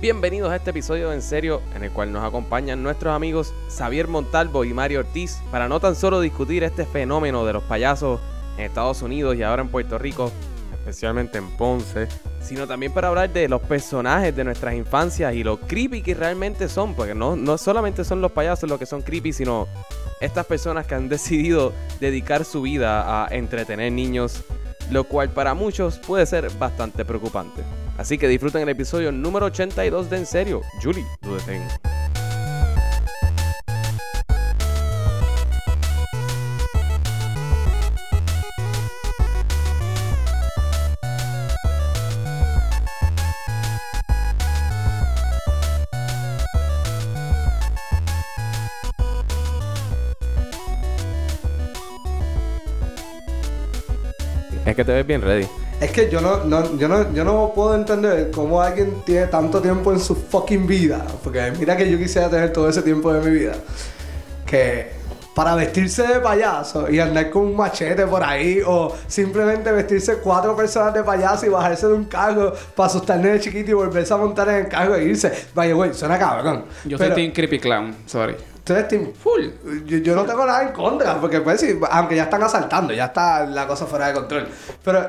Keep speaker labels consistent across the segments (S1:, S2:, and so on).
S1: Bienvenidos a este episodio de En Serio, en el cual nos acompañan nuestros amigos Xavier Montalvo y Mario Ortiz para no tan solo discutir este fenómeno de los payasos en Estados Unidos y ahora en Puerto Rico, especialmente en Ponce, sino también para hablar de los personajes de nuestras infancias y lo creepy que realmente son, porque no, no solamente son los payasos los que son creepy, sino estas personas que han decidido dedicar su vida a entretener niños, lo cual para muchos puede ser bastante preocupante. Así que disfruten el episodio número 82 de En Serio. Julie, tú detén. Es que te ves bien ready.
S2: Es que yo no, no- yo no, yo no puedo entender cómo alguien tiene tanto tiempo en su fucking vida. Porque mira que yo quisiera tener todo ese tiempo de mi vida. Que para vestirse de payaso y andar con un machete por ahí, o simplemente vestirse cuatro personas de payaso y bajarse de un cargo para asustarme de chiquito y volverse a montar en el cargo e irse. Vaya, güey, suena cabrón.
S3: Yo
S2: Pero-
S3: soy Team Creepy Clown, sorry.
S2: tú eres team full. Yo, yo no tengo nada en contra, porque pues sí, aunque ya están asaltando, ya está la cosa fuera de control. Pero,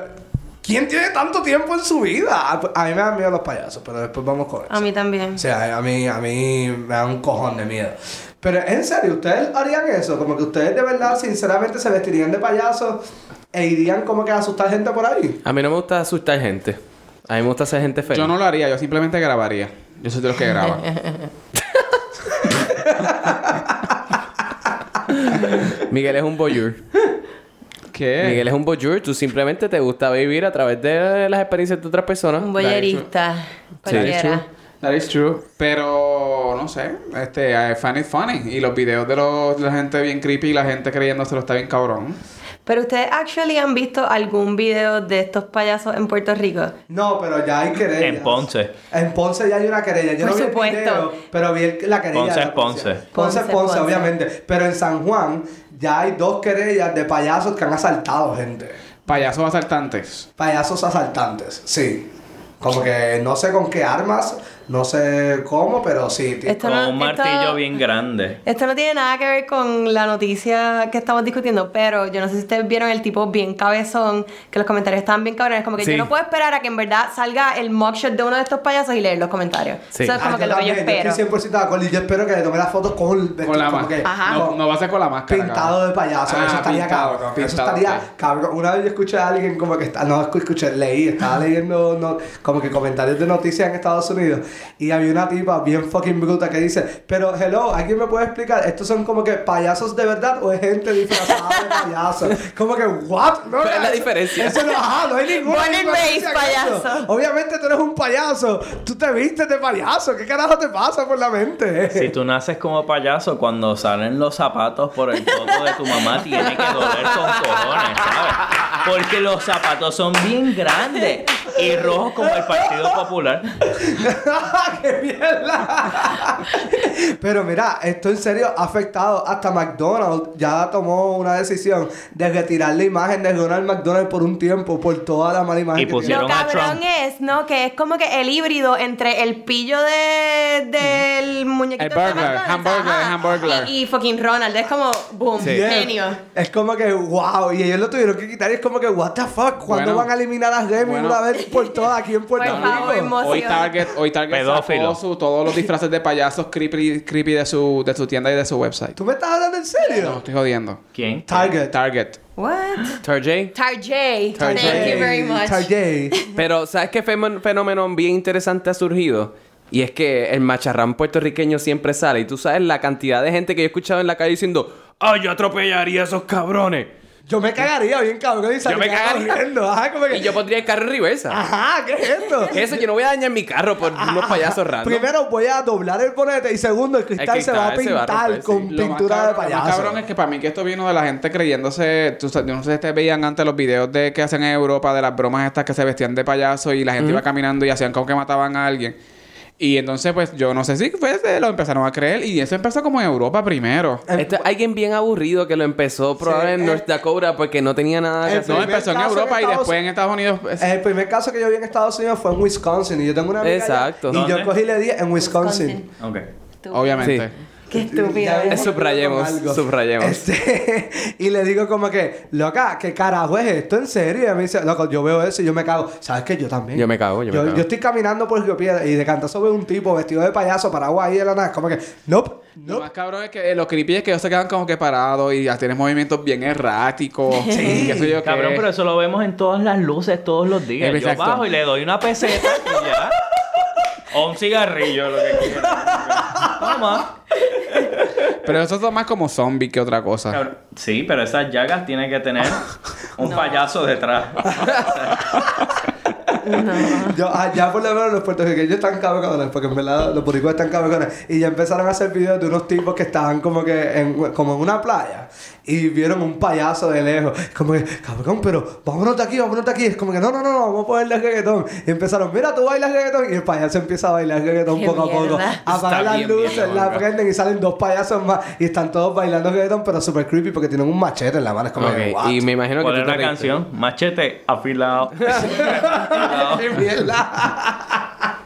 S2: ¿quién tiene tanto tiempo en su vida? A, a mí me dan miedo los payasos, pero después vamos con eso.
S4: A mí también.
S2: O sea, a mí, a mí me da un cojón de miedo. Pero en serio, ¿ustedes harían eso? Como que ustedes de verdad, sinceramente, se vestirían de payasos e irían como que a asustar gente por ahí.
S1: A mí no me gusta asustar gente. A mí me gusta hacer gente feliz.
S3: Yo no lo haría, yo simplemente grabaría. Yo soy de los que graba.
S1: Miguel es un voyeur.
S3: ¿Qué?
S1: Miguel es un voyeur. Tú simplemente te gusta vivir a través de las experiencias de otras personas.
S4: Un boyerista. Cualquiera.
S3: That is true. Pero no sé, este, I find it funny. Y los videos de, los, de la gente bien creepy y la gente creyéndoselo está bien cabrón.
S4: Pero ustedes actually han visto algún video de estos payasos en Puerto Rico.
S2: No, pero ya hay querella.
S5: En Ponce.
S2: En Ponce ya hay una querella. Yo
S4: Por
S2: no vi el
S4: supuesto.
S2: video, pero vi el- la querella.
S5: Ponce
S2: de la
S5: es Ponce.
S2: policía. Ponce es Ponce,
S4: Ponce, Ponce.
S2: obviamente. Pero en San Juan ya hay dos querellas de payasos que han asaltado gente.
S3: Payasos asaltantes.
S2: Payasos asaltantes, sí. Como que no sé con qué armas, no sé cómo, pero sí. tío.
S4: Esto
S5: Con
S4: no,
S5: un
S4: esto-
S5: martillo bien grande.
S4: Esto no tiene nada que ver con la noticia que estamos discutiendo, pero yo no sé si ustedes vieron el tipo bien cabezón, que los comentarios estaban bien cabrones, como que
S1: Sí.
S4: yo no puedo esperar a que en verdad salga el mugshot de uno de estos payasos y leer los comentarios.
S1: Sí.
S4: Eso es
S2: Ah,
S4: como que lo que yo
S2: también,
S4: espero.
S2: estoy 100% de acuerdo y yo espero que le tome las fotos con,
S3: Con la
S2: como
S3: máscara.
S2: que-
S4: Ajá.
S3: No, no va a ser con la máscara.
S2: Pintado
S3: cabrón.
S2: de payaso,
S3: Ah,
S2: eso estaría
S3: pintado,
S2: cabrón. eso
S3: pintado,
S2: estaría
S3: ok.
S2: cabrón. Una vez yo escuché a alguien como que está, no escu- escuché, leí, estaba leyendo no, como que comentarios de noticias en Estados Unidos y había una tipa bien fucking bruta que dice, pero hello, ¿alguien me puede explicar? ¿Estos son como que payasos de verdad o es gente disfrazada de payaso? Como que, what? No,
S1: ¿Cuál es la
S2: eso-
S1: diferencia?
S2: Eso no, ajá, no hay ninguna
S4: Born and
S2: diferencia
S4: raised
S2: en eso.
S4: payaso.
S2: Obviamente tú eres un payaso, tú te vistes de payaso, ¿qué carajo te pasa por la mente?
S5: Si tú naces como payaso, cuando salen los zapatos por el codo de tu mamá, tiene que doler con cojones, ¿sabes? Porque los zapatos son bien grandes y rojos como el Partido Popular.
S2: ¡Qué mierda! Pero mira, esto en serio ha afectado hasta McDonald's. Ya tomó una decisión de retirar la imagen de Ronald McDonald por un tiempo por toda la mala imagen
S5: Y
S2: que
S5: pusieron-
S4: Lo
S5: Vieron a
S4: cabrón
S5: Trump.
S4: es, ¿no? Que es como que el híbrido entre el pillo de, del muñequito.
S3: El
S4: de
S3: burglar,
S4: McDonald's,
S3: hamburger,
S4: ajá,
S3: hamburglar.
S4: Y, y fucking Ronald. Es como, boom,
S2: tiene. Yeah.
S4: genio.
S2: Es como que wow, y ellos lo tuvieron que quitar y es como que what the fuck, ¿cuándo
S3: Bueno.
S2: van a eliminar a Remy
S3: Bueno.
S2: una vez por todas aquí en Puerto
S4: Por favor,
S2: Rico?
S4: mo-
S3: Hoy
S4: Emoción.
S3: Target, hoy Target sacó
S5: Pedófilo.
S3: su- todos los disfraces de payasos creepy, creepy de, su, de su tienda y de su website.
S2: ¿Tú me estás hablando en
S3: No,
S2: serio?
S3: estoy jodiendo.
S5: ¿Quién?
S2: Target.
S3: Target.
S4: What?
S1: Tarjay.
S4: Tarjay.
S3: Tarjay.
S4: Thank you very much.
S2: Target.
S1: Pero, ¿sabes qué fenó- fenómeno bien interesante ha surgido? Y es que el macharrán puertorriqueño siempre sale. Y tú sabes la cantidad de gente que yo he escuchado en la calle diciendo: ¡Ay, yo atropellaría a esos cabrones!
S2: Yo me cagaría bien cabrón y saldría
S1: cagaría.
S2: corriendo. Ajá, como que-
S1: Y yo pondría el carro en
S3: Ah.
S1: reversa.
S2: Ajá, ¿qué es esto?
S1: Eso, yo no voy a dañar mi carro por unos payasos raros.
S2: Primero voy a doblar el bonete y segundo el cristal, se va a
S1: cristal se va a
S2: pintar
S1: romper, sí.
S2: con
S3: Lo más
S2: pintura
S3: cabrón-
S2: de payaso.
S3: Lo más cabrón es que para mí que esto vino de la gente creyéndose... Tú, sabes, yo no sé si te veían antes los videos de que hacen en Europa de las bromas estas que se vestían de payaso y la gente iba caminando y hacían como que mataban a alguien. Y entonces, pues, yo no sé si pues, eh, lo empezaron a creer. Y eso empezó como en Europa primero.
S1: Este, alguien bien aburrido que lo empezó probablemente en
S2: el-
S1: North Dakota porque no tenía nada que
S2: el
S1: hacer.
S3: eh. No,
S2: primer
S3: empezó en
S2: caso en
S3: Europa y
S2: Estados-
S3: después en Estados Unidos. pues,
S2: El primer caso que yo vi en Estados Unidos fue en Wisconsin y yo tengo una amiga allá,
S1: Exacto.
S2: y yo
S5: ¿Dónde?
S2: cogí y le di en Wisconsin.
S5: Ok.
S2: Eh,
S4: Estúpido.
S3: obviamente.
S1: Sí.
S4: Qué estúpido. ¿eh?
S2: Ya
S1: Es
S2: vimos
S1: subrayemos,
S2: con algo.
S1: subrayemos.
S2: Este, y le digo como que, loca, ¿qué carajo es esto? ¿En serio? Y ella me dice, loco, yo veo eso y yo me cago. ¿Sabes qué? Yo también.
S1: Yo me cago, yo me cago.
S2: estoy caminando por Río Piedra y de cantazo veo un tipo vestido de payaso paraguas ahí de la nada. Como que, nope,
S3: Lo
S2: nope.
S3: más cabrón es que eh, los creepy es que ellos se quedan como que parados y ya tienen movimientos bien erráticos. Sí. Qué sé yo qué.
S5: Cabrón, pero eso lo vemos en todas las luces todos los días.
S3: Eh,
S5: Yo
S3: exacto.
S5: bajo y le doy una peseta y ya. O un cigarrillo, lo que quiera. Toma.
S3: Pero esos son más como zombies que otra
S1: Ah.
S3: cosa.
S5: Cabrón. Sí, pero esas llagas tienen que tener un payaso detrás.
S2: Yo, ah, ya por lo menos los puertorriqueños están cabrones, porque en verdad los boricuas están cabrones. Y ya empezaron a hacer videos de unos tipos que estaban como que en, como en una playa y vieron un payaso de lejos. Como que, cabrón, pero vámonos de aquí, vámonos de aquí. Es como que, no, no, no, no, vamos a ponerle reggaetón. Y empezaron, mira, tú bailas reggaetón. Y el payaso empieza a bailar reggaetón
S4: Qué
S2: poco
S4: mierda.
S2: a poco. Apagan las
S5: bien
S2: luces,
S5: mierda,
S2: la
S5: Olga.
S2: prenden y salen dos payasos más. Y están todos bailando reggaetón, pero super creepy porque tienen un machete en la mano. Es como
S3: eh,
S2: que,
S1: Ok,
S2: what?
S1: y me imagino que
S5: ¿Cuál
S1: tú
S5: es
S1: te
S5: la
S1: reíste.
S5: canción? Machete afilado.
S2: Qué mierda.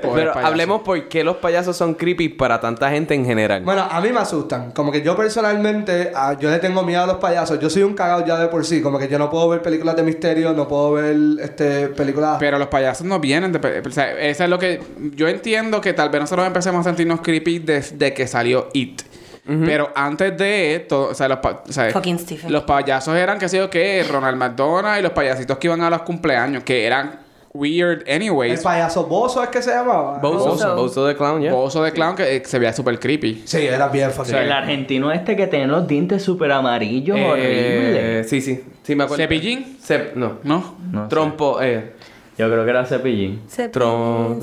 S3: Pobre
S1: Pero
S3: payaso.
S1: hablemos por qué los payasos son creepy para tanta gente en general.
S2: Bueno, a mí me asustan. Como que yo personalmente, ah, yo le tengo miedo a los payasos. Yo soy un cagado ya de por sí. Como que yo no puedo ver películas de misterio, no puedo ver este, películas.
S3: Pero los payasos no vienen de... pe- O sea, eso es lo que... Yo entiendo que tal vez nosotros empecemos a sentirnos creepy desde que salió It. Pero antes de todo, o sea, los, pa- o sea,
S4: Fucking Stephen.
S3: los payasos eran, qué sé yo qué, Ronald McDonald y los payasitos que iban a los cumpleaños, que eran weird
S2: el
S3: anyways.
S2: payaso Bozo es que se llamaba.
S1: Bozo, Bozo,
S4: Bozo.
S1: de Clown, ya.
S3: Oso de clown que eh, se veía súper creepy.
S2: Sí, era bien fucking.
S5: El argentino este que tiene los dientes súper amarillos,
S1: Eh,
S5: horrible.
S1: sí, sí, sí me acuerdo.
S3: ¿Cepillín?
S1: Cep- no.
S3: ¿No?
S5: No sé.
S1: Trompo, eh.
S5: Yo creo que era cepillín.
S1: Tron.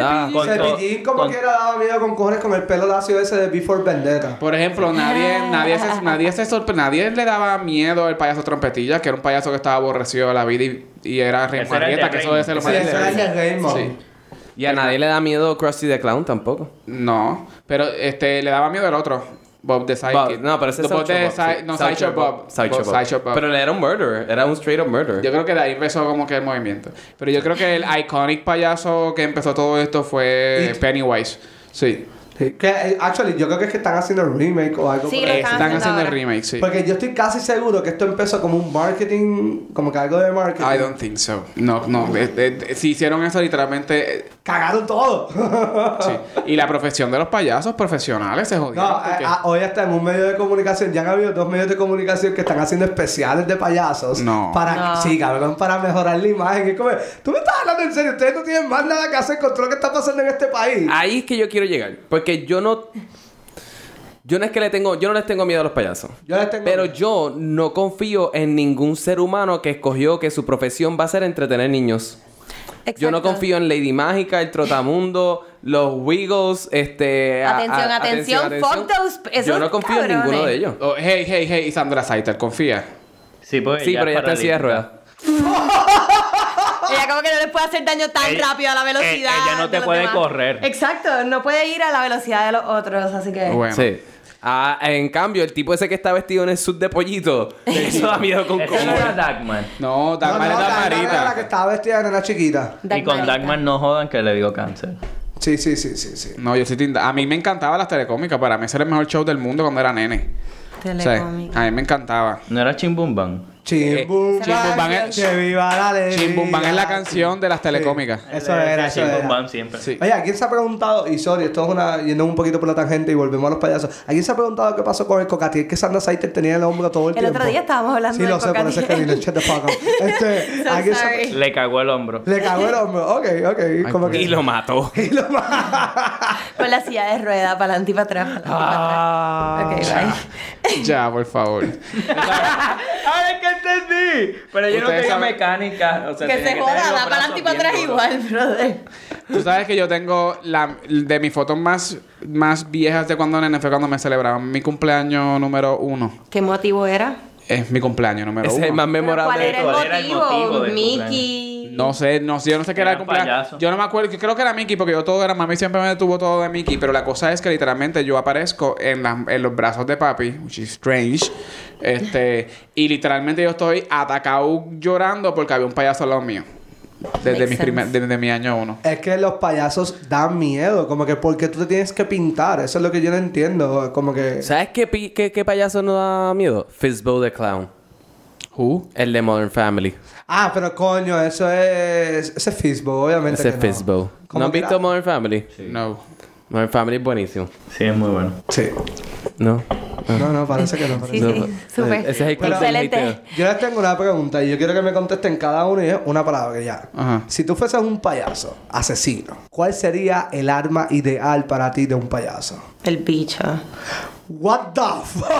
S1: Ah,
S5: Con
S2: Cepillín
S5: to-
S2: como
S5: con-
S2: que era daba miedo con cojones con el pelo lacio ese de Before Vendetta.
S3: Por ejemplo, nadie, nadie, se, nadie se sorpre- nadie le daba miedo al payaso trompetilla, que era un payaso que estaba aborrecido de la vida y, y era
S5: Ese era el
S3: Marieta,
S5: de
S3: que eso debe ser lo
S5: Raymond.
S2: Sí,
S3: más
S2: ese era el de Raymond.
S3: Sí.
S1: y a nadie le da miedo Krusty the Clown tampoco.
S3: No, pero este le daba miedo el otro, Bob the
S1: Bob-
S3: Sidekick.
S1: no, pero ese es
S3: Bob
S1: Sideshow
S3: de
S1: Bob.
S3: Side-
S1: sí.
S3: No, Sideshow Bob.
S1: Sideshow
S3: Bob-
S1: Bob.
S3: Sideshow Bob.
S1: Pero él era un murderer. Era un straight up murderer.
S3: yo creo que de ahí empezó como que el movimiento. Pero yo creo que el iconic payaso que empezó todo esto fue
S2: It.
S3: Pennywise. Sí.
S2: Sí, Que, eh, actually, yo creo que es que están haciendo el remake o algo
S4: Sí,
S2: por
S4: lo
S2: ahí.
S4: están
S3: Están
S4: haciendo
S3: haciendo el
S4: ahora.
S3: remake, sí.
S2: Porque yo estoy casi seguro que esto empezó como un marketing, como que algo de marketing.
S3: I don't think so. No, no. eh, eh, eh, si hicieron eso literalmente. eh,
S2: Cagaron todo.
S3: sí. Y la profesión de los payasos profesionales se jodieron.
S2: No, eh, ah.
S3: porque-
S2: a- a- hoy hasta en un medio de comunicación, ya han habido dos medios de comunicación que están haciendo especiales de payasos.
S3: No.
S2: Para,
S4: No.
S2: Sí, cabrón, para mejorar la imagen. Es como, tú me estás hablando en serio, ustedes no tienen más nada que hacer con todo lo que está pasando en este país.
S3: Ah,
S1: Ahí es que yo quiero llegar. Porque yo no. Yo no es que le tengo. Yo no les tengo miedo a los payasos.
S2: Yo les tengo.
S1: Pero yo no confío en ningún ser humano que escogió que su profesión va a ser entretener niños. Yo no confío en Lady Mágica, el Trotamundo, los Wiggles, este... a- a-
S4: Atención, atención, fuck those-
S1: Yo
S4: esos
S1: no confío en
S4: cabrones.
S1: ninguno de ellos.
S3: Oh, hey, hey, hey, Sandra Saiter, confía.
S5: Sí, pues
S1: Sí,
S5: ella
S1: pero
S5: es
S1: ya está en silla de
S5: paralítica.
S1: ruedas.
S4: Ella como que no les puede hacer daño tan
S5: Ella-
S4: rápido a la velocidad.
S5: ella no
S4: de
S5: te
S4: los
S5: puede
S4: demás.
S5: correr.
S4: Exacto, no puede ir a la velocidad de los otros, así que.
S3: Bueno.
S1: Sí. Ah, en cambio, el tipo ese que está vestido en el sud de pollito, eso da miedo con
S5: Esa no era
S1: cojones.
S5: Dagmar.
S3: No,
S2: No, no,
S3: Dagmar es
S2: la- la-
S3: Dagmarita.
S2: la que estaba vestida de una chiquita.
S5: Y con Dagmar no jodan que le dio cáncer.
S2: Sí, sí, sí, sí, sí.
S3: No, yo sí tinta. A mí me encantaba las telecómicas. Para mí ese era el mejor show del mundo cuando era nene. O sea,
S4: Telecómica.
S3: a mí me encantaba.
S5: ¿No era Chimbumban?
S3: Eh,
S2: Chimbum,
S3: Chimbumban es-
S2: que viva la alegría.
S3: Chimbumban es la canción de las telecómicas.
S2: Sí, Eso era, eso era.
S5: Chimbumban siempre.
S3: Sí.
S2: Oye, ¿alguien se ha preguntado, y sorry, esto es una, yendo un poquito por la tangente y volvemos a los payasos, ¿alguien se ha preguntado qué pasó con el cocatiel que Sandra Saiter tenía en el hombro todo el,
S4: El
S2: tiempo?
S4: otro día estábamos hablando
S2: Sí,
S4: del
S2: lo sé, por eso es que
S4: cocatiel.
S2: vine, shut the fuck up. Este,
S4: So
S2: alguien se-
S4: sorry.
S5: Le cagó el hombro.
S2: Le cagó el hombro, ok, ok, como que...
S1: Y lo mató.
S2: y lo más...
S4: Con la silla de rueda, para adelante y para atrás. pa'lante y para
S2: Ah.
S4: atrás. Ok, bye.
S3: Ya, por favor.
S5: ¡Ay, Ah, es que entendí! Pero yo no
S3: Ustedes
S5: tenía
S3: saben-
S5: mecánica. O sea,
S4: Que
S5: tenía
S4: se
S5: tener
S4: joda,
S5: los
S4: da para adelante y para
S5: brazos
S4: atrás
S5: bien duros.
S4: igual, brother.
S3: Tú sabes que yo tengo la, de mis fotos más, más viejas de cuando nene fue cuando me celebraban mi cumpleaños número uno.
S4: ¿Qué motivo era?
S3: Es mi cumpleaños número
S1: Ese es
S3: uno.
S1: el más
S4: ¿Pero
S1: memorable
S4: ¿Cuál
S1: de
S4: era el
S5: todo.
S4: motivo?
S5: ¿Cuál era el motivo del
S4: Mickey.
S3: No sé, no sé, yo no sé qué era el
S5: Era un
S3: cumpleaños.
S5: payaso.
S3: Yo no me acuerdo, yo creo que era Mickey, porque yo todo era mami, siempre me detuvo todo de Mickey, pero la cosa es que literalmente yo aparezco en, las- en los brazos de papi, which is strange, este, y literalmente yo estoy atacado llorando porque había un payaso al lado mío. Desde
S4: Makes
S3: mis primer-
S4: sense.
S3: desde mi año uno.
S2: Es que los payasos dan miedo, como que porque tú te tienes que pintar, eso es lo que yo no entiendo, como que...
S1: ¿Sabes qué, pi- qué, qué payaso no da miedo? Fizzbo the Clown.
S3: Who?
S1: El de Modern Family.
S2: Ah, pero coño, eso es... Ese es Fizbo, obviamente.
S1: Ese
S2: que
S1: es
S2: no.
S1: Fizzbo.
S2: Como
S1: ¿No has
S2: que
S1: visto
S2: la-
S1: Modern Family?
S3: No.
S1: Modern Family es buenísimo.
S5: Sí, es muy bueno.
S2: Sí.
S1: ¿No? Ah.
S2: No, no, parece que no. parece
S4: Sí,
S2: que no.
S4: sí, súper.
S1: Ese es el club del
S4: Excelente.
S1: hateo.
S2: Yo les tengo una pregunta y yo quiero que me contesten cada uno y es una palabra que ya.
S3: Ajá.
S2: Si tú fueses un payaso, asesino, ¿cuál sería el arma ideal para ti de un payaso?
S4: El bicho.
S2: What the fuck?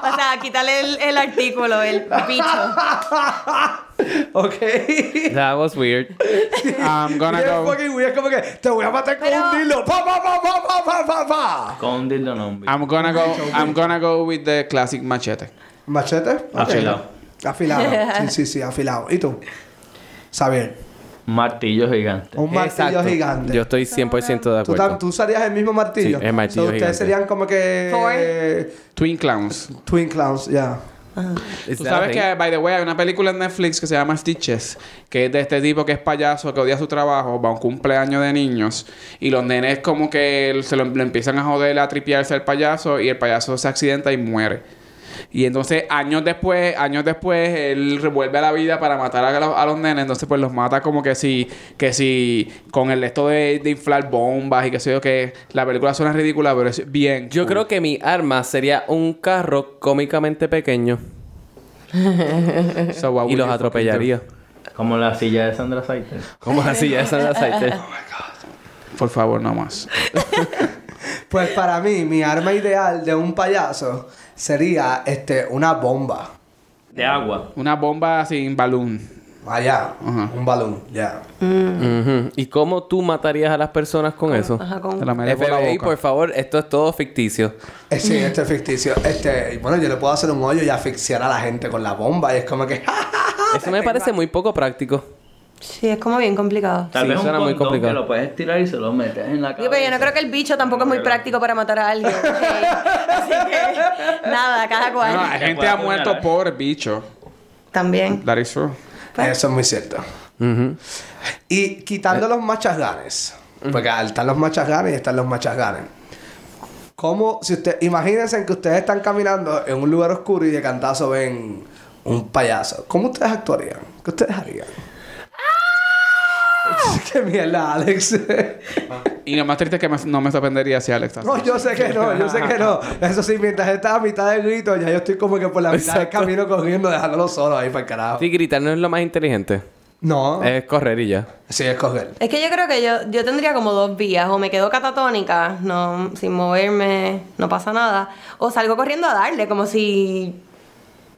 S4: O sea, quítale el, el artículo, el bicho.
S2: ok.
S1: That was weird.
S3: I'm gonna
S2: Y es
S3: go.
S2: fucking weird, como que te voy a matar con
S4: Pero-
S2: un dildo. Pa, pa, pa, pa, pa, pa, pa, pa.
S5: Con un dildo no, un bicho.
S3: I'm gonna go. I'm gonna go with the classic machete.
S2: Machete. Ok.
S5: Afilado.
S2: Afilado. Sí, sí, sí, afilado. ¿Y tú? Xavier.
S5: Un martillo gigante.
S2: Un martillo
S1: Exacto.
S2: gigante.
S1: Yo estoy 100% de
S2: ¿Tú, tam-
S1: acuerdo.
S2: tú usarías el mismo martillo.
S1: Sí, el martillo
S2: So, ustedes
S1: gigante.
S2: serían como que.
S4: Thor.
S3: Twin clowns.
S2: Twin clowns, ya.
S1: Is
S3: Tú
S1: that a
S3: sabes
S1: thing?
S3: que, by the way, hay una película en Netflix que se llama Stitches, que es de este tipo que es payaso, que odia su trabajo, va a un cumpleaños de niños, y los nenes como que se lo, lo empiezan a joder, a tripiarse al payaso, y el payaso se accidenta y muere. Y entonces, años después, años después, él revuelve a la vida para matar a, los- a los nenes. Entonces, pues los mata como que si, que si, con el esto de, de inflar bombas y que sé yo que la película suena ridícula, pero es bien.
S1: Yo creo que mi arma sería un carro cómicamente pequeño
S3: que
S1: y los atropellaría.
S5: Como la silla de Sandra Saiter.
S1: Como la silla de Sandra Saiter.
S3: Por favor, no más.
S2: Pues para mí, mi arma ideal de un payaso sería este, una bomba.
S5: De agua.
S3: Una bomba sin balón.
S2: Allá,
S3: Ajá.
S2: un balón, ya.
S1: Ujú. ¿Y cómo tú matarías a las personas con eso?
S4: Ajá,
S3: Te
S4: con...
S3: la metes por la
S1: FBI,
S3: boca.
S1: por favor, esto es todo ficticio.
S2: Eh, Sí, este es ficticio. Este, y bueno, yo le puedo hacer un hoyo y asfixiar a la gente con la bomba. Y es como que, ¡ja!
S1: Eso me parece muy poco práctico.
S4: Sí, es como bien complicado.
S5: Tal
S1: Sí,
S5: vez un
S1: suena muy
S5: condón
S1: complicado.
S5: que lo puedes tirar y se lo metes en la
S4: Yo,
S5: cabeza.
S4: pero yo no creo que el bicho tampoco es muy práctico para matar a alguien. ok. Así que nada, cada
S3: No, no, eh.
S4: cual.
S3: hay
S5: Te
S3: gente
S5: puede
S3: ha
S5: apuñalar.
S3: muerto por bicho.
S4: También.
S3: That is true.
S2: Eso es muy cierto. Y quitando los machasganes, porque al- están los machasganes y están los machasganes. ¿Cómo, si usted, imagínense que ustedes están caminando en un lugar oscuro y de cantazo ven un payaso. ¿Cómo ustedes actuarían? ¿Qué ustedes harían? ¡Qué mierda, Alex!
S3: Y lo más triste es que me- no me sorprendería si Alex
S2: no, yo sé que no, yo sé que no. Eso sí, mientras está a mitad del grito, ya yo estoy como que por la mitad del camino corriendo, dejándolo solo ahí para el carajo.
S1: Sí, Eh. gritar no es lo más inteligente.
S2: No,
S1: Es correr y ya.
S2: sí, es coger.
S4: Es que yo creo que yo, yo tendría como dos vías. O me quedo catatónica, no, sin moverme, no pasa nada. O salgo corriendo a darle, como si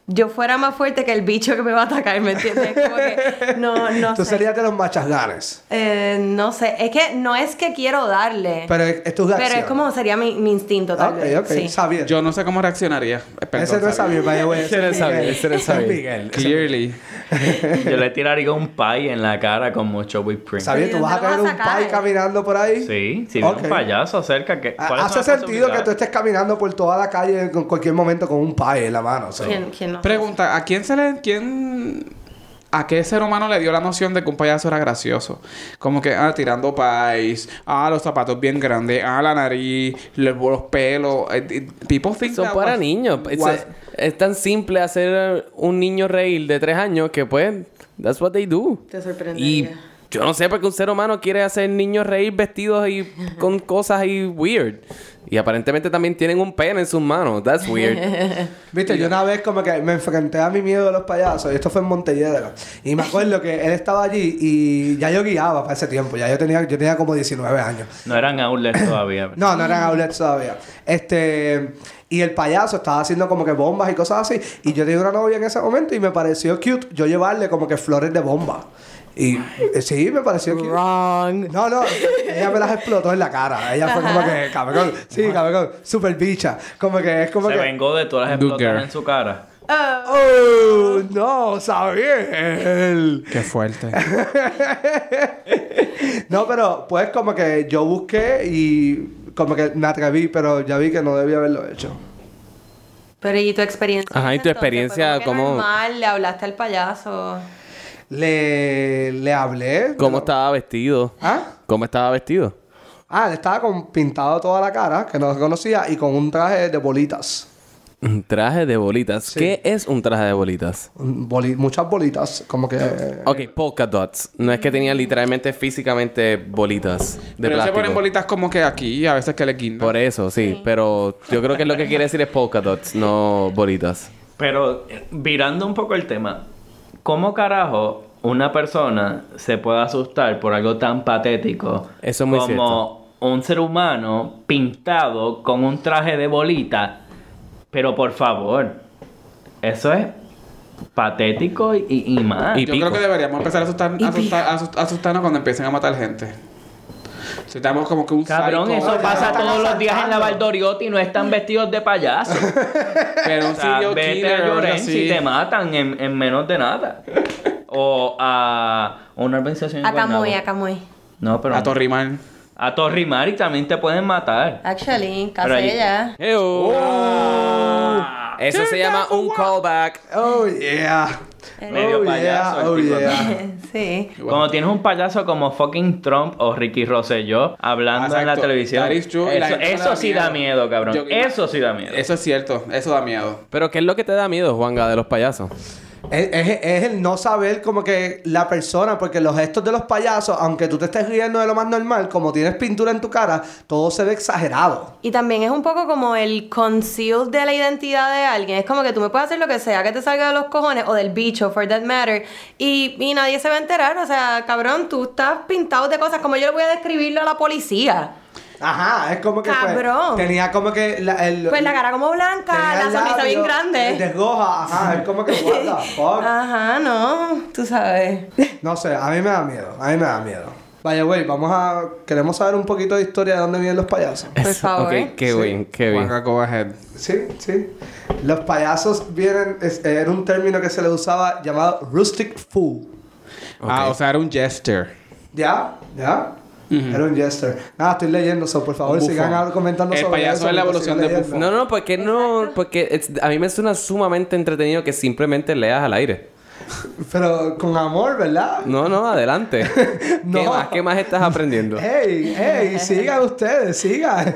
S4: yo fuera más fuerte que el bicho que me va a atacar, ¿me entiendes? Como que no, no
S2: Tú
S4: sé.
S2: serías de los machasganes.
S4: Eh, no sé, es que no es que quiero darle.
S2: Pero es, es tu
S4: Pero
S2: reacción.
S4: es como sería mi, mi instinto tal
S2: Ok,
S4: vez.
S2: ok.
S4: sí.
S2: Xavier.
S3: Yo no sé cómo reaccionaría. Eh, perdón,
S2: ese no es
S3: Xavier.
S2: Xavier, vaya, güey.
S1: Ese no es Xavier, ese no es
S2: Ese es
S1: Xavier.
S2: Miguel.
S3: Clearly.
S5: Yo le tiraría un pie en la cara con mucho whipped cream.
S2: Xavier,
S4: ¿Y
S2: ¿tú
S4: dónde
S2: vas a
S4: lo vas
S2: tener
S4: a
S2: un
S4: sacar?
S2: pai caminando por ahí?
S5: Sí, si
S2: Ok.
S5: viene un payaso cerca, que
S2: Ha- Hace sentido que tú estés caminando por toda la calle con cualquier momento con un pai en la mano. o sea.
S4: ¿Quién, quién no?
S3: Pregunta, ¿a quién se le... quién... ¿A qué ser humano le dio la noción de que un payaso era gracioso? Como que, ah, tirando pais, ah, los zapatos bien grandes, ah, la nariz, los, los pelos. eh, eh, People think
S1: Son
S3: that
S1: para
S3: was-
S1: niños. It's
S3: was-
S1: a- es tan simple hacer un niño reír de tres años que pues, that's what they do.
S4: Te
S1: Y
S4: sorprendería.
S1: yo no sé por qué un ser humano quiere hacer niños reír vestidos y con cosas ahí weird. Y aparentemente también tienen un pene en sus manos. That's weird.
S2: Viste, yo una vez como que me enfrenté a mi miedo de los payasos, y esto fue en Montelledra. Y me acuerdo que él estaba allí y ya yo guiaba para ese tiempo, ya yo tenía, yo tenía como 19 años.
S5: No eran outlets todavía.
S2: No, no eran outlets todavía. Este. Y el payaso estaba haciendo como que bombas y cosas así. Y yo tenía una novia en ese momento y me pareció cute yo llevarle como que flores de bomba. Y eh, sí, me pareció cute.
S4: Wrong.
S2: No, no, ella me las explotó en la cara. Ella fue como que, cabrón, sí, cabrón, super bicha. Como que es como
S5: Se
S2: que.
S5: vengó de todas las
S3: Good
S5: explotas
S3: girl.
S5: en su cara.
S2: ¡Oh, no, Sabiel!
S3: Qué fuerte.
S2: No, pero pues como que yo busqué y como que me atreví, pero ya vi que no debía haberlo hecho.
S4: Pero y tu experiencia.
S1: Ajá, ¿y tu
S4: Entonces,
S1: experiencia
S4: fue como
S1: cómo-
S4: Mal, le hablaste al payaso.
S2: Le, le hablé.
S1: ¿Cómo estaba vestido?
S2: ¿Ah?
S1: ¿Cómo estaba vestido?
S2: Ah, él estaba con pintado toda la cara, que no conocía, y con un traje de bolitas.
S1: Un traje de bolitas. ¿Qué es un traje de bolitas?
S2: Un boli- muchas bolitas, como que...
S3: Eh,
S1: Ok, polka dots. No es que tenía literalmente físicamente bolitas de
S3: Pero se
S1: plástico.
S3: ponen bolitas como que aquí, a veces que le guindan.
S1: Por eso, sí. Pero yo creo que lo que quiere decir es polka dots, no bolitas.
S5: Pero eh, virando un poco el tema, ¿cómo carajo una persona se puede asustar por algo tan patético
S1: Eso es muy
S5: como un ser humano pintado con un traje de bolita? Pero por favor, eso es patético y, y- y más.
S1: Y-
S3: Yo
S1: pico.
S3: creo que deberíamos empezar a, asustar,
S4: Y
S3: asustar- asust- asustarnos cuando empiecen a matar gente. Si estamos como que un
S5: Cabrón,
S3: psycho-
S5: eso pasa
S2: están
S5: todos los días en la
S2: asaltando.
S5: Valdoriotti y no están vestidos de payaso.
S3: Pero un
S5: O sea,
S3: serial
S5: vete
S3: killer
S5: a
S3: o algo
S5: Llorens
S3: así.
S5: y te matan en, en menos de nada. O a una organización
S4: A Camuy, a
S5: gubernamental.
S4: Camuy.
S5: No, pero
S3: A Torrimar.
S5: a Torrimar y también te pueden matar.
S4: Actually, en
S5: Pero
S4: casa
S5: ahí-
S4: de ella.
S1: Eso se llama un callback.
S2: Oh, yeah.
S5: Medio
S2: oh,
S5: payaso el
S2: yeah, oh,
S5: tipo,
S2: yeah.
S4: Sí.
S5: Cuando tienes un payaso como fucking Trump o Ricky Rosselló hablando en la
S3: Exacto.
S5: televisión.
S3: That is true. Y la
S5: Eso,
S3: gente le
S5: eso
S3: da
S5: sí
S3: miedo.
S5: da miedo, cabrón.
S3: Yo-
S5: eso sí da miedo.
S3: Eso es cierto, eso da miedo.
S1: Pero ¿qué es lo que te da miedo, Juanga, de los payasos?
S2: Es, es- es el no saber como que la persona, porque los gestos de los payasos, aunque tú te estés riendo de lo más normal, como tienes pintura en tu cara, todo se ve exagerado.
S4: Y también es un poco como el conceal de la identidad de alguien. Es como que tú me puedes hacer lo que sea que te salga de los cojones o del bicho, for that matter. Y, y nadie se va a enterar. O sea, cabrón, tú estás pintado de cosas. como yo le voy a describirlo a la policía?
S2: Ajá, es como que pues,
S4: Cabrón.
S2: tenía como que la, el-
S4: Pues la cara como blanca,
S2: tenía
S4: la
S2: el
S4: sonrisa bien
S2: labio
S4: grande. Ah.
S2: Desgoja, ajá, es como que what the fuck.
S4: Ajá, no, tú sabes.
S2: No sé, a mí me da miedo, a mí me da miedo. Vaya, güey, vamos a. Queremos saber un poquito de historia de dónde vienen los payasos.
S4: Por favor.
S1: Ok, qué bien, qué bien.
S3: Juanga, go ahead.
S2: Sí, sí. Los payasos vienen. es- era un término que se le usaba llamado rustic fool.
S3: Ah, o sea, era un jester.
S2: ¿Ya? ¿Ya? Era un jester. Nada, estoy leyendo eso, por favor,
S3: Un
S2: sigan
S3: bufón.
S2: a- comentando
S3: El
S2: sobre
S3: payaso
S2: eso
S3: es la
S2: mientras
S3: evolución
S2: sigo
S3: de
S2: leyendo.
S1: No, no, porque no, porque it's- a mí me suena sumamente entretenido que simplemente leas al aire.
S2: Pero con amor, ¿verdad?
S1: No, no, adelante. ¿Qué,
S2: No.
S1: más, ¿Qué más estás aprendiendo?
S2: ¡Ey! ¡Ey! sigan ustedes, sigan.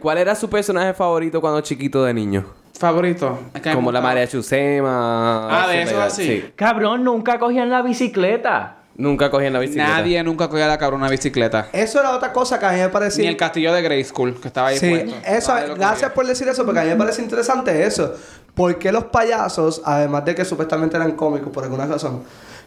S1: ¿Cuál era su personaje favorito cuando chiquito de niño?
S3: Favorito. Es que me
S1: Como la
S3: gustaba.
S1: María Chusema.
S3: Ah, de eso
S1: ¿verdad?
S3: así.
S5: Cabrón, nunca cogían la bicicleta.
S1: Nunca cogían la bicicleta.
S3: Nadie nunca cogía la cabrona bicicleta.
S2: eso era otra cosa que a mí me parecía.
S3: Ni el castillo de Grey School, que estaba ahí
S2: Sí,
S3: puesto.
S2: eso,
S3: Nadie lo cogía.
S2: gracias por decir eso, porque a mí me parece interesante eso. ¿Por qué los payasos, además de que supuestamente eran cómicos por alguna razón,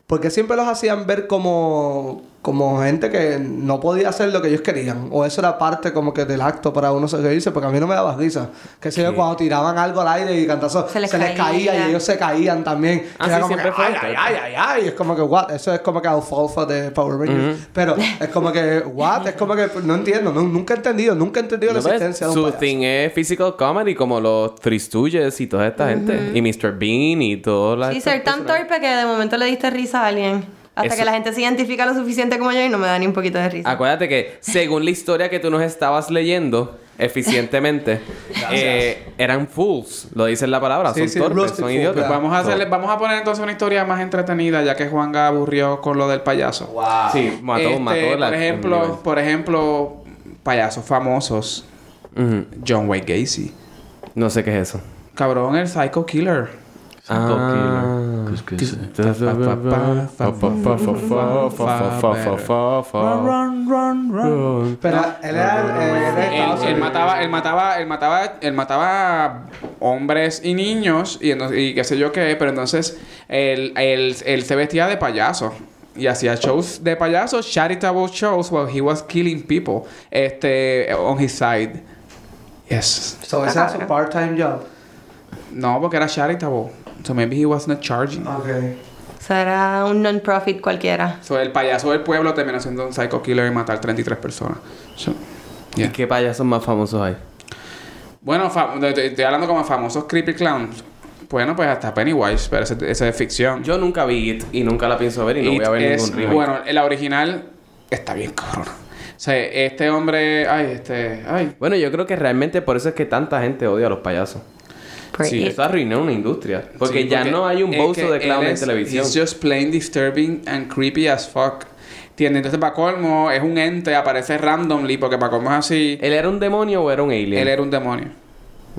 S2: porque siempre los hacían ver como, como gente que no podía hacer lo que ellos querían? O eso era parte como que del acto para uno reírse, porque a mí no me daba risa. Que sé yo, cuando tiraban algo al aire y cantazo, se les, caía. y ellos se caían también.
S1: Ah,
S2: Era
S1: sí,
S2: como que,
S1: siempre fue
S2: ay,
S1: esto.
S2: ay, ay, ay, ay. Es como que, what? Eso es como que alfalfa de Power Rangers. Pero es como que, what? Es como que, no entiendo, no- nunca he entendido, nunca he entendido
S1: ¿No
S2: la
S1: ves?
S2: existencia de un
S1: Su
S2: payaso.
S1: thing es physical comedy, como los Tristuyes y toda esta gente. Y Mr. Bean y todas las.
S4: Sí, ser tan torpe que de momento le diste risa a alguien. Hasta
S1: Eso-
S4: que la gente se identifica lo suficiente como yo y no me da ni un poquito de risa.
S1: Acuérdate que, según la historia que tú nos estabas leyendo, eficientemente, eh, eran fools. Lo dice la palabra.
S2: Sí,
S1: son
S2: sí,
S1: torpes,
S2: rustic
S1: son
S2: fool,
S1: idiotas.
S2: claro.
S3: Vamos a, hacerle, vamos a poner entonces una historia más entretenida, ya que Juanga aburrió con lo del payaso.
S1: Sí, mató,
S3: Este,
S1: mató la.
S3: Por ejemplo, por ejemplo, payasos famosos.
S1: Ujú.
S3: John Wayne Gacy.
S1: No sé qué es eso.
S3: Cabrón, el Psycho Killer.
S1: Ah.
S3: Run, run, run, run.
S2: Pero él era él era de Estados
S3: Él, él
S2: Unidos.
S3: mataba, él mataba, él mataba, él mataba hombres y niños y, entonces- y qué sé yo qué, pero entonces él, él- él se vestía de payaso y hacía shows de payaso, charitable shows while he was killing people, este, on his side. Yes.
S2: So, ese era su part-time job.
S3: No, porque era charitable, so maybe he was not charging.
S2: Ok.
S4: Será un non-profit cualquiera.
S3: So el payaso del pueblo terminó siendo un psycho killer y matar 33 personas. So,
S1: ¿Y
S3: yeah.
S1: qué payasos más famosos hay?
S3: Bueno, fa- de- de- estoy hablando como famosos creepy clowns. Bueno, pues hasta Pennywise, pero ese, ese es ficción.
S1: Yo nunca vi It y nunca la pienso ver y no
S3: It
S1: voy a ver
S3: es-
S1: ningún remake. Bueno,
S3: Bueno, la original está bien cabrón. O sea, este hombre... Ay, este... Ay.
S1: yo creo que realmente por eso es que tanta gente odia a los payasos.
S4: Por
S3: Sí,
S1: Y
S4: it.
S1: eso arruinó una industria. Porque
S3: Sí,
S1: ya no hay un
S3: es
S1: bozo
S3: que
S1: de clown
S3: él
S1: en
S3: es-
S1: televisión.
S3: He's just plain disturbing and creepy as fuck. Tiene, entonces para colmo es un ente, aparece randomly porque para colmo es así.
S1: ¿Él era un demonio o era un alien?
S3: Él era un demonio.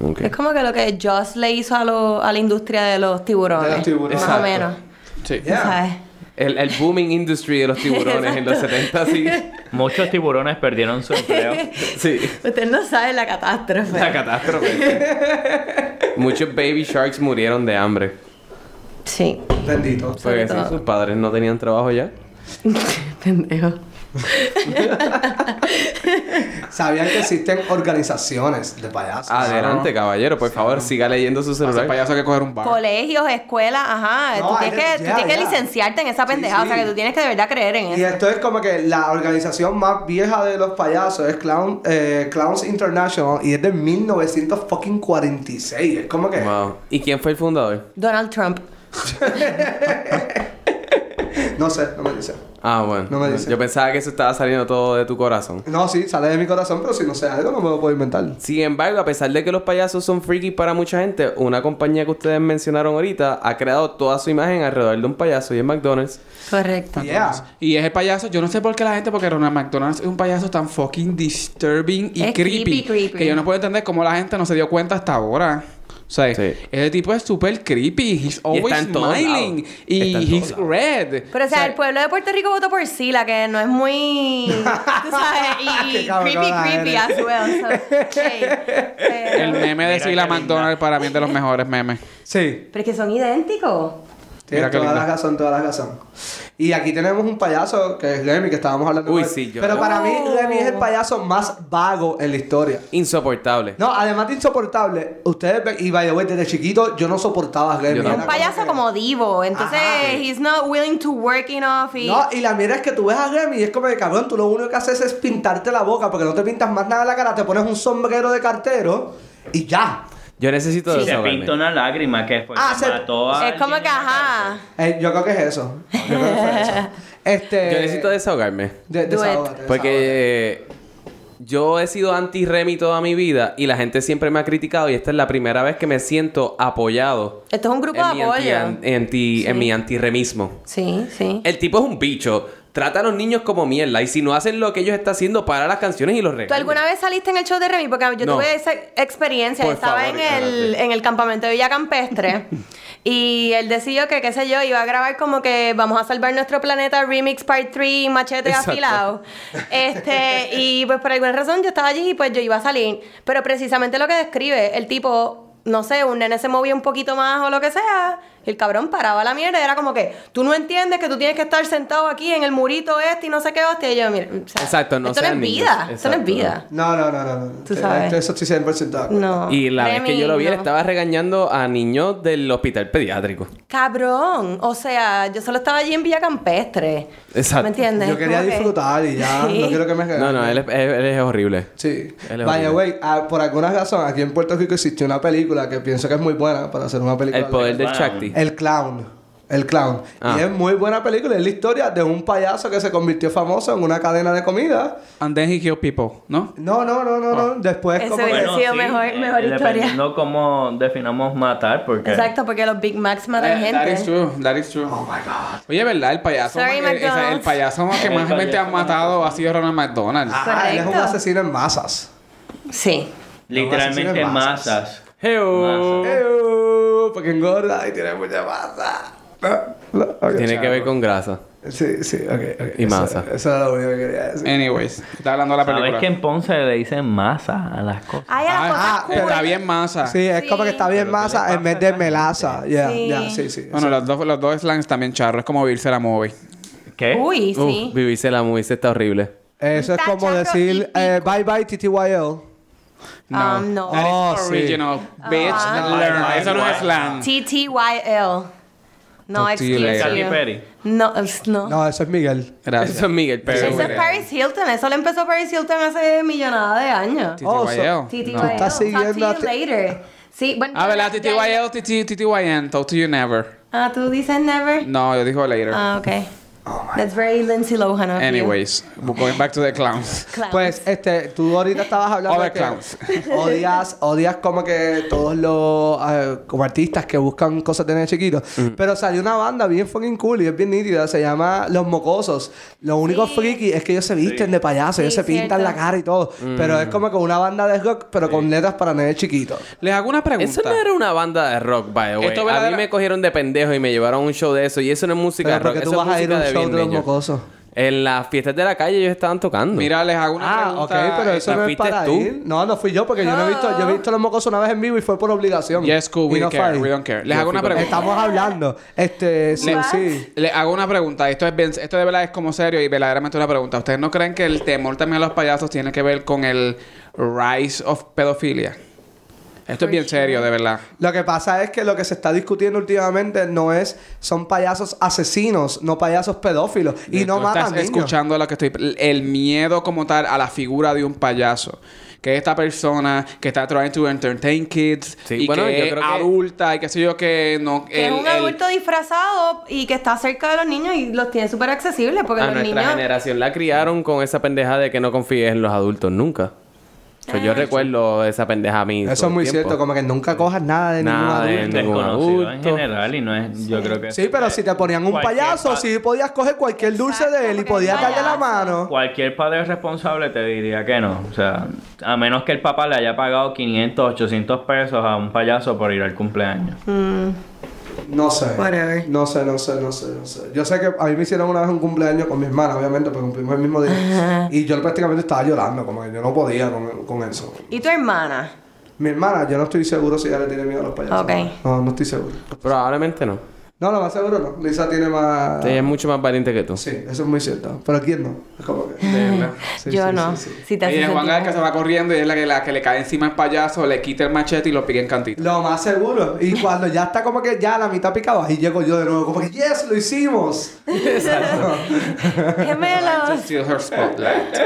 S1: Ok.
S4: Es como que lo que Joss le hizo a, lo- a la industria de los tiburones.
S2: De los tiburones.
S4: Más
S2: Exacto.
S4: o menos.
S3: Sí.
S2: Yeah.
S4: ¿Sabes?
S1: El, el booming industry de los tiburones en los 70, sí.
S5: Muchos tiburones perdieron su empleo.
S1: Sí.
S4: Usted no sabe la catástrofe.
S1: La catástrofe. Muchos baby sharks murieron de hambre.
S4: Sí.
S2: Bendito.
S1: Porque sí,
S4: todo.
S1: sus padres no tenían trabajo ya.
S4: Pendejo.
S2: Sabían que existen organizaciones de payasos.
S1: Adelante, caballero. Por favor, siga leyendo su
S3: Hace
S1: celular.
S3: payaso que coger un bar.
S4: Colegios, escuelas, ajá.
S2: No,
S4: tú
S2: hay
S4: tienes, que,
S2: que-
S4: tú
S2: ya,
S4: tienes que
S2: ya.
S4: licenciarte en esa
S2: Sí,
S4: pendejada. O sea,
S2: sí.
S4: que tú tienes que de verdad creer en
S2: Y
S4: eso.
S2: esto es como que la organización más vieja de los payasos es Clown, eh, Clowns International y es de 1946. Es como que.
S1: Wow. ¿Y quién fue el fundador?
S4: Donald Trump.
S2: No sé, no me dice.
S1: Ah, bueno.
S2: No me dice.
S1: Yo pensaba que eso estaba saliendo todo de tu corazón.
S2: No, sí, sale de mi corazón, pero si no sé algo, no me lo puedo inventar.
S1: Sin embargo, a pesar de que los payasos son freaky para mucha gente, una compañía que ustedes mencionaron ahorita ha creado toda su imagen alrededor de un payaso y es McDonald's.
S4: Correcto.
S2: Yeah.
S3: Y es el payaso, yo no sé por qué la gente, porque Ronald McDonald es un payaso tan fucking disturbing y
S4: Es
S3: creepy,
S4: creepy, creepy.
S3: Que yo no puedo entender cómo la gente no se dio cuenta hasta ahora. O sea,
S1: Sí.
S3: ese tipo es súper creepy. He's always
S1: está en todos
S3: smiling.
S1: lados.
S3: Y
S1: Está en todos
S3: he's red.
S4: Pero, o sea, el pueblo de Puerto Rico votó por Sila, que no es muy. Tú sabes, y
S2: Ah, Qué cabrona
S4: creepy, creepy
S2: eres.
S4: as well. so, hey, pero-
S3: El meme de
S5: Mira
S3: Sila
S5: qué linda.
S3: McDonald para mí es de los mejores memes.
S2: Sí.
S4: Pero es que son idénticos.
S3: Mira
S2: Tienes
S3: qué
S2: toda
S3: lindo.
S2: la razón, toda la razón. Y aquí tenemos un payaso que es Lemmy, que estábamos hablando.
S1: Uy,
S2: con él.
S1: sí, yo-
S2: Pero para mí,
S4: Oh.
S2: Lemmy es el payaso más vago en la historia.
S1: Insoportable.
S2: No, además de insoportable, ustedes ven, y by the way, desde chiquito yo no soportaba a Lemmy.
S1: Yo
S2: Era
S1: tampoco.
S4: Un payaso
S2: que-
S4: como divo. Entonces,
S2: Ajá.
S4: he's not willing to work enough. Y...
S2: No, y la mierda es que tú ves a Remy y es como de cabrón, tú lo único que haces es pintarte la boca porque no te pintas más nada en la cara, te pones un sombrero de cartero y ya.
S1: Yo necesito
S5: Y se
S1: desahogarme.
S5: pinta una lágrima que después
S2: Ah,
S5: Pues se
S2: se-
S5: mató a
S4: es como
S5: alguien
S4: que,
S5: en la
S4: ajá.
S2: Eh, yo creo que es eso. Yo creo que fue eso. Este.
S1: Yo necesito desahogarme.
S2: de,
S4: Do it.
S2: desahógate, desahógate.
S1: Porque eh, yo he sido anti-Remy toda mi vida y la gente siempre me ha criticado y esta es la primera vez que me siento apoyado
S4: Esto es un grupo
S1: en mi
S4: de
S1: anti-
S4: apoyo.
S1: an- anti- en
S4: Sí.
S1: mi anti-remismo.
S4: Sí, sí.
S1: El tipo es un bicho. Trata a los niños como mierda y si no hacen lo que ellos están haciendo, para las canciones y los regaña.
S4: ¿Tú alguna vez saliste en el show de Remy? Porque yo
S1: No.
S4: tuve esa experiencia.
S1: Por
S4: Estaba
S1: favor,
S4: en, el,
S1: adelante.
S4: en el campamento de Villa Campestre. y él decidió que, qué sé yo, iba a grabar como que Vamos a salvar nuestro planeta, Remix Part 3, Machete
S1: Exacto.
S4: afilado. Este, y pues por alguna razón yo estaba allí y pues yo iba a salir. Pero precisamente lo que describe, el tipo, no sé, un nene se movía un poquito más o lo que sea. Y el cabrón paraba la mierda. y Era como que, tú no entiendes que tú tienes que estar sentado aquí en el murito este y no sé qué hostia. Y yo, mira, o sea,
S1: Exacto, no
S4: esto no es
S1: sean niños.
S4: vida. Esto no
S1: Exacto,
S4: es vida.
S2: No, no, no, no. no.
S4: Tú sabes.
S2: Esto- Eso estoy 100% de acuerdo.
S4: No.
S1: Y la vez que
S4: Remy,
S1: yo lo vi, él
S4: no.
S1: estaba regañando a niños del hospital pediátrico.
S4: Cabrón. O sea, yo solo estaba allí en Villa Campestre.
S1: Exacto.
S4: ¿Me entiendes?
S2: Yo quería
S4: Como que-
S2: disfrutar y ya,
S4: Sí.
S2: no quiero que me
S1: No, no, él es, él- él es horrible.
S2: Sí.
S1: Él es
S2: By the
S1: horrible.
S2: way, ah, por alguna razón, aquí en Puerto Rico existió una película que pienso que es muy buena para hacer una película.
S1: El poder del
S5: Wow.
S1: Chakti.
S2: El Clown. El Clown.
S1: Ah.
S2: Y es muy buena película. Es la historia de un payaso que se convirtió famoso en una cadena de comida.
S3: And then he killed people, ¿no?
S2: No, no, no, no,
S1: Ah.
S2: no. Después
S4: Ese
S2: como...
S4: es-
S2: que-
S4: Hubiese sido mejor-
S5: eh,
S4: mejor historia.
S5: Dependiendo cómo definamos matar, porque.
S4: Exacto, porque los Big Macs matan
S3: Eh, That is
S4: gente.
S3: true, that is
S5: Oh
S3: true. Oye, ¿verdad? El payaso,
S4: Sorry,
S3: el, el- el
S4: McDonald's.
S3: payaso más que
S5: El
S3: más gente
S5: payaso
S3: han matado ha sido Ronald McDonald.
S2: Ajá, ah, él es un
S4: Correcto.
S2: asesino en masas.
S4: Sí.
S5: Literalmente
S2: Los asesinos en
S5: masas.
S1: Heo.
S2: Ew, uh, Porque engorda y tiene mucha masa. Ah, No, no, ok.
S1: Tiene que ver con grasa.
S2: Sí, sí, ok, ok.
S1: Y
S2: Eso-
S1: masa.
S2: Eso era lo único que quería decir.
S3: Anyways, está hablando de la
S5: ¿Sabes
S3: película.
S5: que en Ponce le dicen masa a las cosas?
S4: Ay, a las
S3: Ah,
S4: cosas cool.
S3: está bien masa.
S2: Sí, es como que está bien masa en vez de melaza. Ya,
S4: Sí.
S2: ya, sí, sí.
S3: Bueno, los dos, los dos slangs también charro. Es como vivirse la movie.
S2: ¿eh?
S5: ¿Qué?
S4: Uy,
S1: Uf,
S4: sí.
S1: vivirse la movie, está horrible.
S2: Eso es
S4: Está
S2: como
S4: charro
S2: decir
S4: y
S2: eh, bye bye TTYL.
S3: No.
S4: Um, no.
S3: That is
S2: Oh, sí.
S3: original. Bitch,
S4: Ah.
S3: learn. Eso no es slang.
S4: TTYL. No,
S3: Talk to you
S4: excuse
S3: later.
S5: Katy
S4: you.
S5: Perry.
S4: No, es- no.
S2: No, eso es Miguel.
S3: Gracias.
S1: Eso es Miguel
S3: Eso
S1: Pérez.
S4: Eso es Paris Hilton. Eso lo empezó Paris Hilton hace millonada de años.
S3: TTYL.
S2: Oh, so-
S3: No.
S4: TTYL.
S2: estás siguiendo a
S4: Talk
S2: ti-
S4: to you later. Sí, bueno.
S3: Ah, ¿verdad?
S4: ya-
S3: TTYL, TT- TTYN, talk to you never.
S4: Ah, tú dices never.
S3: No, yo digo later.
S4: Ah, ok. That's very Lindsay Lohan of you.
S3: Anyways, going back to the clowns.
S4: Clowns.
S2: Pues, este, tú ahorita estabas hablando
S3: Other
S2: de
S3: clowns.
S2: que odias, odias como que todos los eh, como artistas que buscan cosas de nene chiquito. Pero salió una banda bien fucking cool y es bien nítida. Se llama Los Mocosos. Lo único friki es que ellos se visten de payaso, ellos
S4: Sí,
S2: se pintan
S4: cierto.
S2: la cara y todo. Pero es como que una banda de rock, pero con letras para nene chiquito.
S3: Les hago una pregunta.
S1: Eso no era una banda de rock, by the way.
S3: Esto
S1: a mí
S3: verdadera-
S1: me cogieron de pendejo y me llevaron a un show de eso. Y eso no es música
S2: Pero
S1: rock.
S2: porque tú
S1: eso es
S2: vas a ir a
S1: música
S2: un
S1: de
S2: show de
S1: bien
S2: Los
S1: niño.
S2: Mocosos.
S1: En las fiestas de la calle ellos estaban tocando.
S3: Mira, les hago una
S2: Ah, ok,
S3: pregunta.
S2: pero eso
S1: ¿la
S2: no es
S1: fuiste
S2: para
S1: tú?
S2: ir. No, no fui yo porque yo no he visto, yo he visto los mocosos una vez en vivo y fue por obligación.
S3: Yes, cool, we
S2: Y no
S3: don't
S2: fue
S3: care.
S2: ahí.
S3: We don't care. Les
S1: Yo
S3: hago
S1: fui
S3: una
S1: con-
S3: pregunta.
S2: Estamos hablando. Este, sí, sí.
S3: Les hago una pregunta. Esto es bien- esto de verdad es como serio y verdaderamente una pregunta. ¿Ustedes no creen que el temor también a los payasos tiene que ver con el rise of pedofilia? Esto es bien serio, de verdad.
S2: Lo que pasa es que lo que se está discutiendo últimamente no es son payasos asesinos, no payasos pedófilos y no
S3: Tú estás
S2: matan niños.
S3: escuchando lo que estoy... El miedo como tal a la figura de un payaso. Que esta persona que está trying to entertain kids
S1: Sí,
S3: y
S1: bueno,
S3: que
S1: yo
S3: es
S1: creo que-
S3: adulta y qué sé yo que no...
S4: Que es
S3: el-
S4: un
S3: el-
S4: adulto disfrazado y que está cerca de los niños y los tiene súper accesibles porque
S1: A
S4: los
S1: nuestra
S4: niños.
S1: generación la criaron con esa pendeja de que no confíes en los adultos nunca. Pues yo
S4: Ah.
S1: recuerdo esa pendeja a mí.
S2: Eso
S1: todo
S2: es
S1: el
S2: muy
S1: tiempo.
S2: cierto, como que nunca cojas nada de
S1: Nada de ningún
S2: ningún adulto.
S5: desconocido en
S1: adulto.
S5: general y no es, yo creo que...
S2: Sí, pero si te ponían un
S5: Cualquier
S2: payaso,
S5: pa-
S2: sí podías coger cualquier dulce
S4: Exacto,
S2: de él y
S4: porque es
S2: podías
S4: un
S2: darle la
S4: payaso.
S2: mano.
S5: Cualquier padre responsable te diría que no. O sea, a menos que el papá le haya pagado 500, 800 pesos a un payaso por ir al cumpleaños.
S2: No sé.
S4: Whatever.
S2: No sé, no sé, no sé, no sé. Yo sé que a mí me hicieron una vez un cumpleaños con mi hermana, obviamente, porque cumplimos el mismo día. y yo prácticamente estaba llorando, como que yo no podía con, con eso.
S4: ¿Y tu hermana?
S2: Mi hermana, yo no estoy seguro si ella le tiene miedo a los payasos.
S4: Ok.
S2: No, no estoy seguro.
S1: Probablemente no.
S2: No, lo más seguro no. Lisa tiene más...
S1: Ella es mucho más valiente que tú.
S2: Sí, eso es muy cierto. Pero ¿quién no? Es como que... Sí,
S4: Yo
S2: sí,
S4: no.
S2: sí, sí.
S4: Si te hace
S3: Ella es
S4: sentir
S3: Juan que
S4: mal.
S3: se va corriendo y es la que, la que le cae encima el payaso, le quita el machete y lo pica en cantito.
S2: Lo más seguro. Y cuando ya está como que ya la mitad picado, ahí llego yo de nuevo como que ¡Yes! ¡Lo hicimos!
S3: To
S4: Gemelos.
S3: steal her spotlight.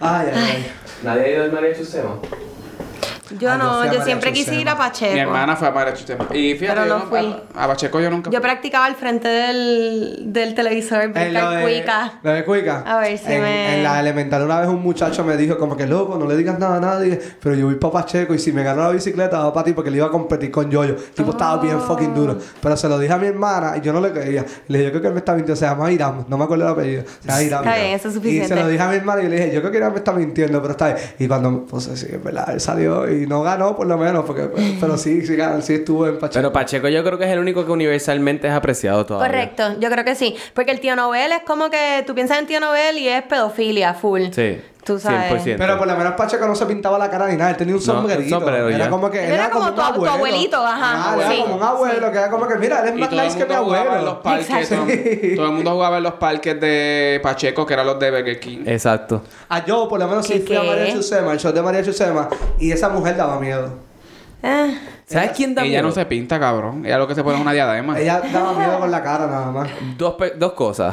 S2: Ay, ay, ay.
S1: Nadie ha ido al María Chusema.
S4: Yo
S2: Ay, yo
S4: no,
S2: fui a
S4: yo
S2: María
S4: siempre quise ir a
S2: Chucema.
S4: Pacheco.
S3: Mi hermana fue a Pacheco. Y fíjate,
S4: Pero no
S3: yo-
S4: fui.
S3: A, a Pacheco yo nunca
S4: Yo practicaba al frente del, del televisor,
S2: En Eh, lo
S4: brincar
S2: de-
S4: cuica.
S2: lo de cuica.
S4: A ver si
S2: en,
S4: me-
S2: en la elemental una vez un muchacho me dijo como que loco, no le digas nada a nadie, pero yo voy para Pacheco y si me ganó la bicicleta va para ti porque le iba a competir con Yoyo. El tipo
S4: Oh.
S2: estaba bien fucking duro. Pero se lo dije a mi hermana y yo no le creía. Le dije, yo creo que él me está mintiendo. Se llama Iram, no me acuerdo el apellido. Se llama Iram.
S4: Está bien, eso es
S2: Y
S4: suficiente.
S2: se lo dije a mi hermana y le dije, yo creo que Iram me está mintiendo, pero está bien. Y cuando, pues sí, es verdad, él salió y no ganó por lo menos, porque, pues, pero sí, sí, ganó, sí estuvo en Pacheco.
S1: Pero Pacheco yo creo que es el único que universalmente es apreciado todavía.
S4: Correcto, yo creo que sí. Porque el tío Nobel es como que tú piensas en tío Nobel y es pedofilia full.
S1: Sí.
S4: Tú sabes.
S1: 100%.
S2: Pero por lo menos Pacheco no se pintaba la cara ni nada, él tenía un
S1: No,
S2: sombrerito.
S1: un sombrero
S2: era
S1: ya.
S2: como que
S4: Él era como
S2: un
S4: tu- tu abuelito, ajá,
S2: Ah, era
S4: sí,
S2: como un abuelo, que era como que, mira, él es
S3: Y
S2: más
S3: todo el
S2: nice que mi
S3: mundo jugaba en los
S2: abuelo.
S3: parques. Todo,
S2: Sí.
S3: todo el mundo jugaba en los parques de Pacheco, que eran los de Burger King.
S1: Eh, Exacto.
S2: A Ah, yo, por lo menos, sí
S4: ¿Qué,
S2: fui a
S4: qué?
S2: María Chusema, el show de María Chusema, y esa mujer daba miedo.
S4: Eh,
S1: ¿Sabes quién da
S3: Ella no
S1: miedo?
S3: se pinta, cabrón. Ella lo que se pone es una diadema.
S2: Ella daba miedo con la cara nada más.
S1: Dos, pe- dos cosas.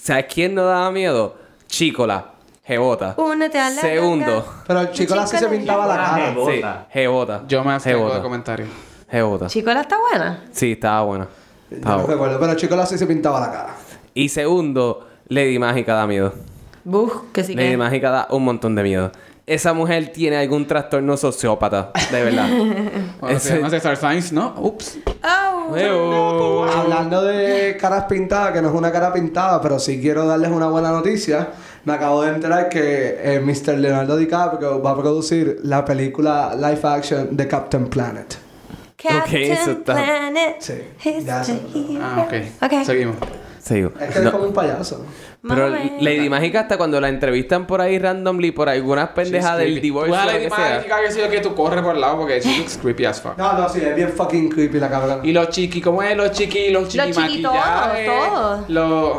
S1: ¿Sabes quién no daba miedo? Chícola. Jebota.
S4: únete a la.
S1: Segundo.
S2: Pero el chico sí se pintaba la cara.
S1: Sí, Jebota.
S3: Yo me abstengo de
S1: Jebota.
S3: comentarios.
S1: Jebota.
S4: Chico, la está buena.
S1: Sí, estaba buena.
S2: Yo
S1: Estaba
S2: no
S1: buena.
S2: recuerdo, pero el chico sí se pintaba la cara.
S1: Y segundo, Lady Mágica da miedo.
S4: Buf, que sí
S1: Lady
S4: que.
S1: Mágica da un montón de miedo. Esa mujer tiene algún trastorno sociópata, de verdad.
S3: Bueno,
S1: Ese-
S3: se llama César Sainz, ¿no? Ups.
S4: Au.
S1: Eo.
S2: Hablando de caras pintadas, que no es una cara pintada, pero sí quiero darles una buena noticia. Me acabo de enterar que eh, Mr. Leonardo DiCaprio va a producir la película live action de Captain Planet.
S4: Captain
S1: eso está-
S4: Planet.
S2: Sí,
S4: is
S2: ya
S4: the
S2: sé.
S4: hero.
S3: Ah, ok.
S4: Ok.
S3: Seguimos.
S1: Sigo.
S2: Es que es
S1: No,
S2: como un payaso.
S4: Más
S1: pero
S4: o menos.
S1: Lady Mágica hasta cuando la entrevistan por ahí randomly por algunas pendejas del divorcio
S3: Tú
S1: o
S3: a
S1: lo
S3: la
S1: que sea.
S3: diadema que sé yo que tú corres por el lado porque she looks creepy as fuck.
S2: No, no, sí, es bien fucking creepy la cabrona.
S3: Y los chiqui, ¿cómo es? Los chiqui, los chiqui
S4: chiquitodos,
S3: maquillajes,
S4: todos.
S3: Los...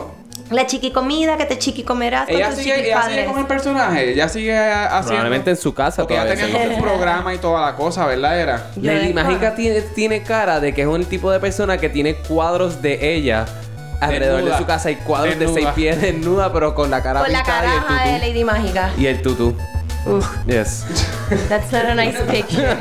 S4: La chiqui comida que te chiqui comerás con
S3: Ella
S4: tus
S3: sigue,
S4: chiqui
S3: ella sigue con el personaje. Ella sigue a- haciendo...
S1: Probablemente en su casa
S3: Porque ella
S1: todavía.
S3: tenía
S1: se
S3: como un programa y toda la cosa, ¿verdad? Era...
S4: Yo
S1: Lady
S4: de-
S1: Mágica tiene, tiene cara de que es un tipo de persona que tiene cuadros de ella alrededor
S3: Desnuda.
S1: de su casa y cuadros de
S3: Desnuda.
S1: seis pies desnuda, pero con la cara
S4: Con la
S1: pintada
S4: caraja
S1: y
S4: de
S1: el tutú.
S4: Lady Mágica.
S1: Y el tutú.
S4: Uf,
S1: Yes.
S4: that's not a nice picture.